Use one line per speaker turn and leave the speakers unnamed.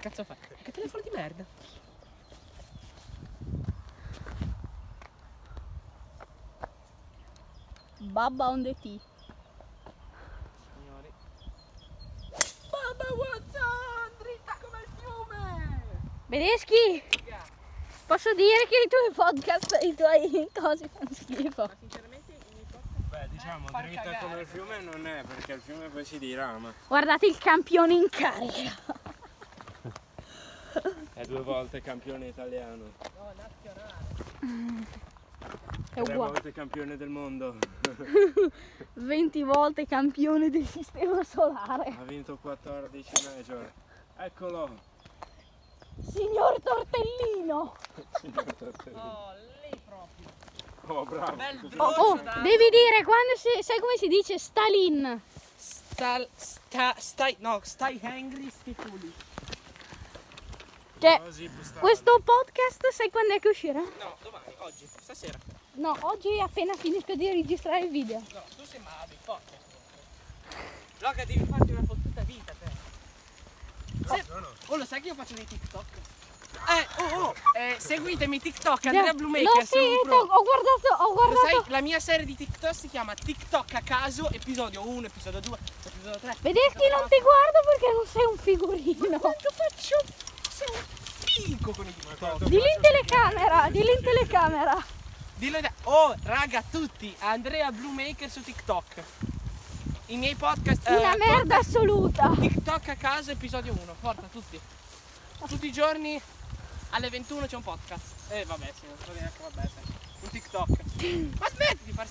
cazzo fai? Che telefono di merda.
Babba on the tea.
Signori. Mamma Watson, dritta come il fiume.
Bedeschi,
Raga,
posso dire che i tuoi podcast, i tuoi cose fanno schifo.
ma sinceramente i miei podcast
Beh, diciamo,
Far
dritta
cagare.
come il fiume non è, perché il fiume poi si dirama.
Guardate il campione in carica.
È due volte campione italiano,
no, nazionale.
È
tre
uguale.
volte campione del mondo.
20 volte campione del sistema solare.
Ha vinto 14 major. Eccolo!
Signor Tortellino.
Signor Tortellini.
Oh, lei proprio.
Oh, bravo!
Bel
Oh,
drone.
oh, devi dire quando si, sai come si dice Stalin?
Sta, sta, stai, no, stai angry, sti culi.
Cioè,
Così bustano.
questo podcast sai quando è che uscirà?
No, domani, oggi, stasera.
No, oggi appena finisco di registrare il video.
No, tu sei malato, forte. Loga, devi farti una fottuta vita, te. Se- Oh, lo sai che io faccio dei TikTok? Eh, oh, oh, eh, seguitemi TikTok, Andrea
L'ho
Bluemaker, sono un
finito,
pro.
ho guardato, ho
Lo sai,
guardato.
la mia serie di TikTok si chiama TikTok a caso, episodio 1, episodio 2, episodio 3.
Vedeschi non ti guardo perché non sei un figurino.
Quanto faccio? Sei un figo con i TikTok.
Di lì in telecamera, di lì in telecamera.
Dillo da- Oh, raga, tutti, Andrea Bluemaker su TikTok. I miei podcast... eh,
Una merda assoluta.
TikTok a caso episodio 1, forza tutti. Tutti i giorni alle 21 c'è un podcast. Eh vabbè, sì, non so neanche vabbè, sì. un TikTok. Ma smetti di far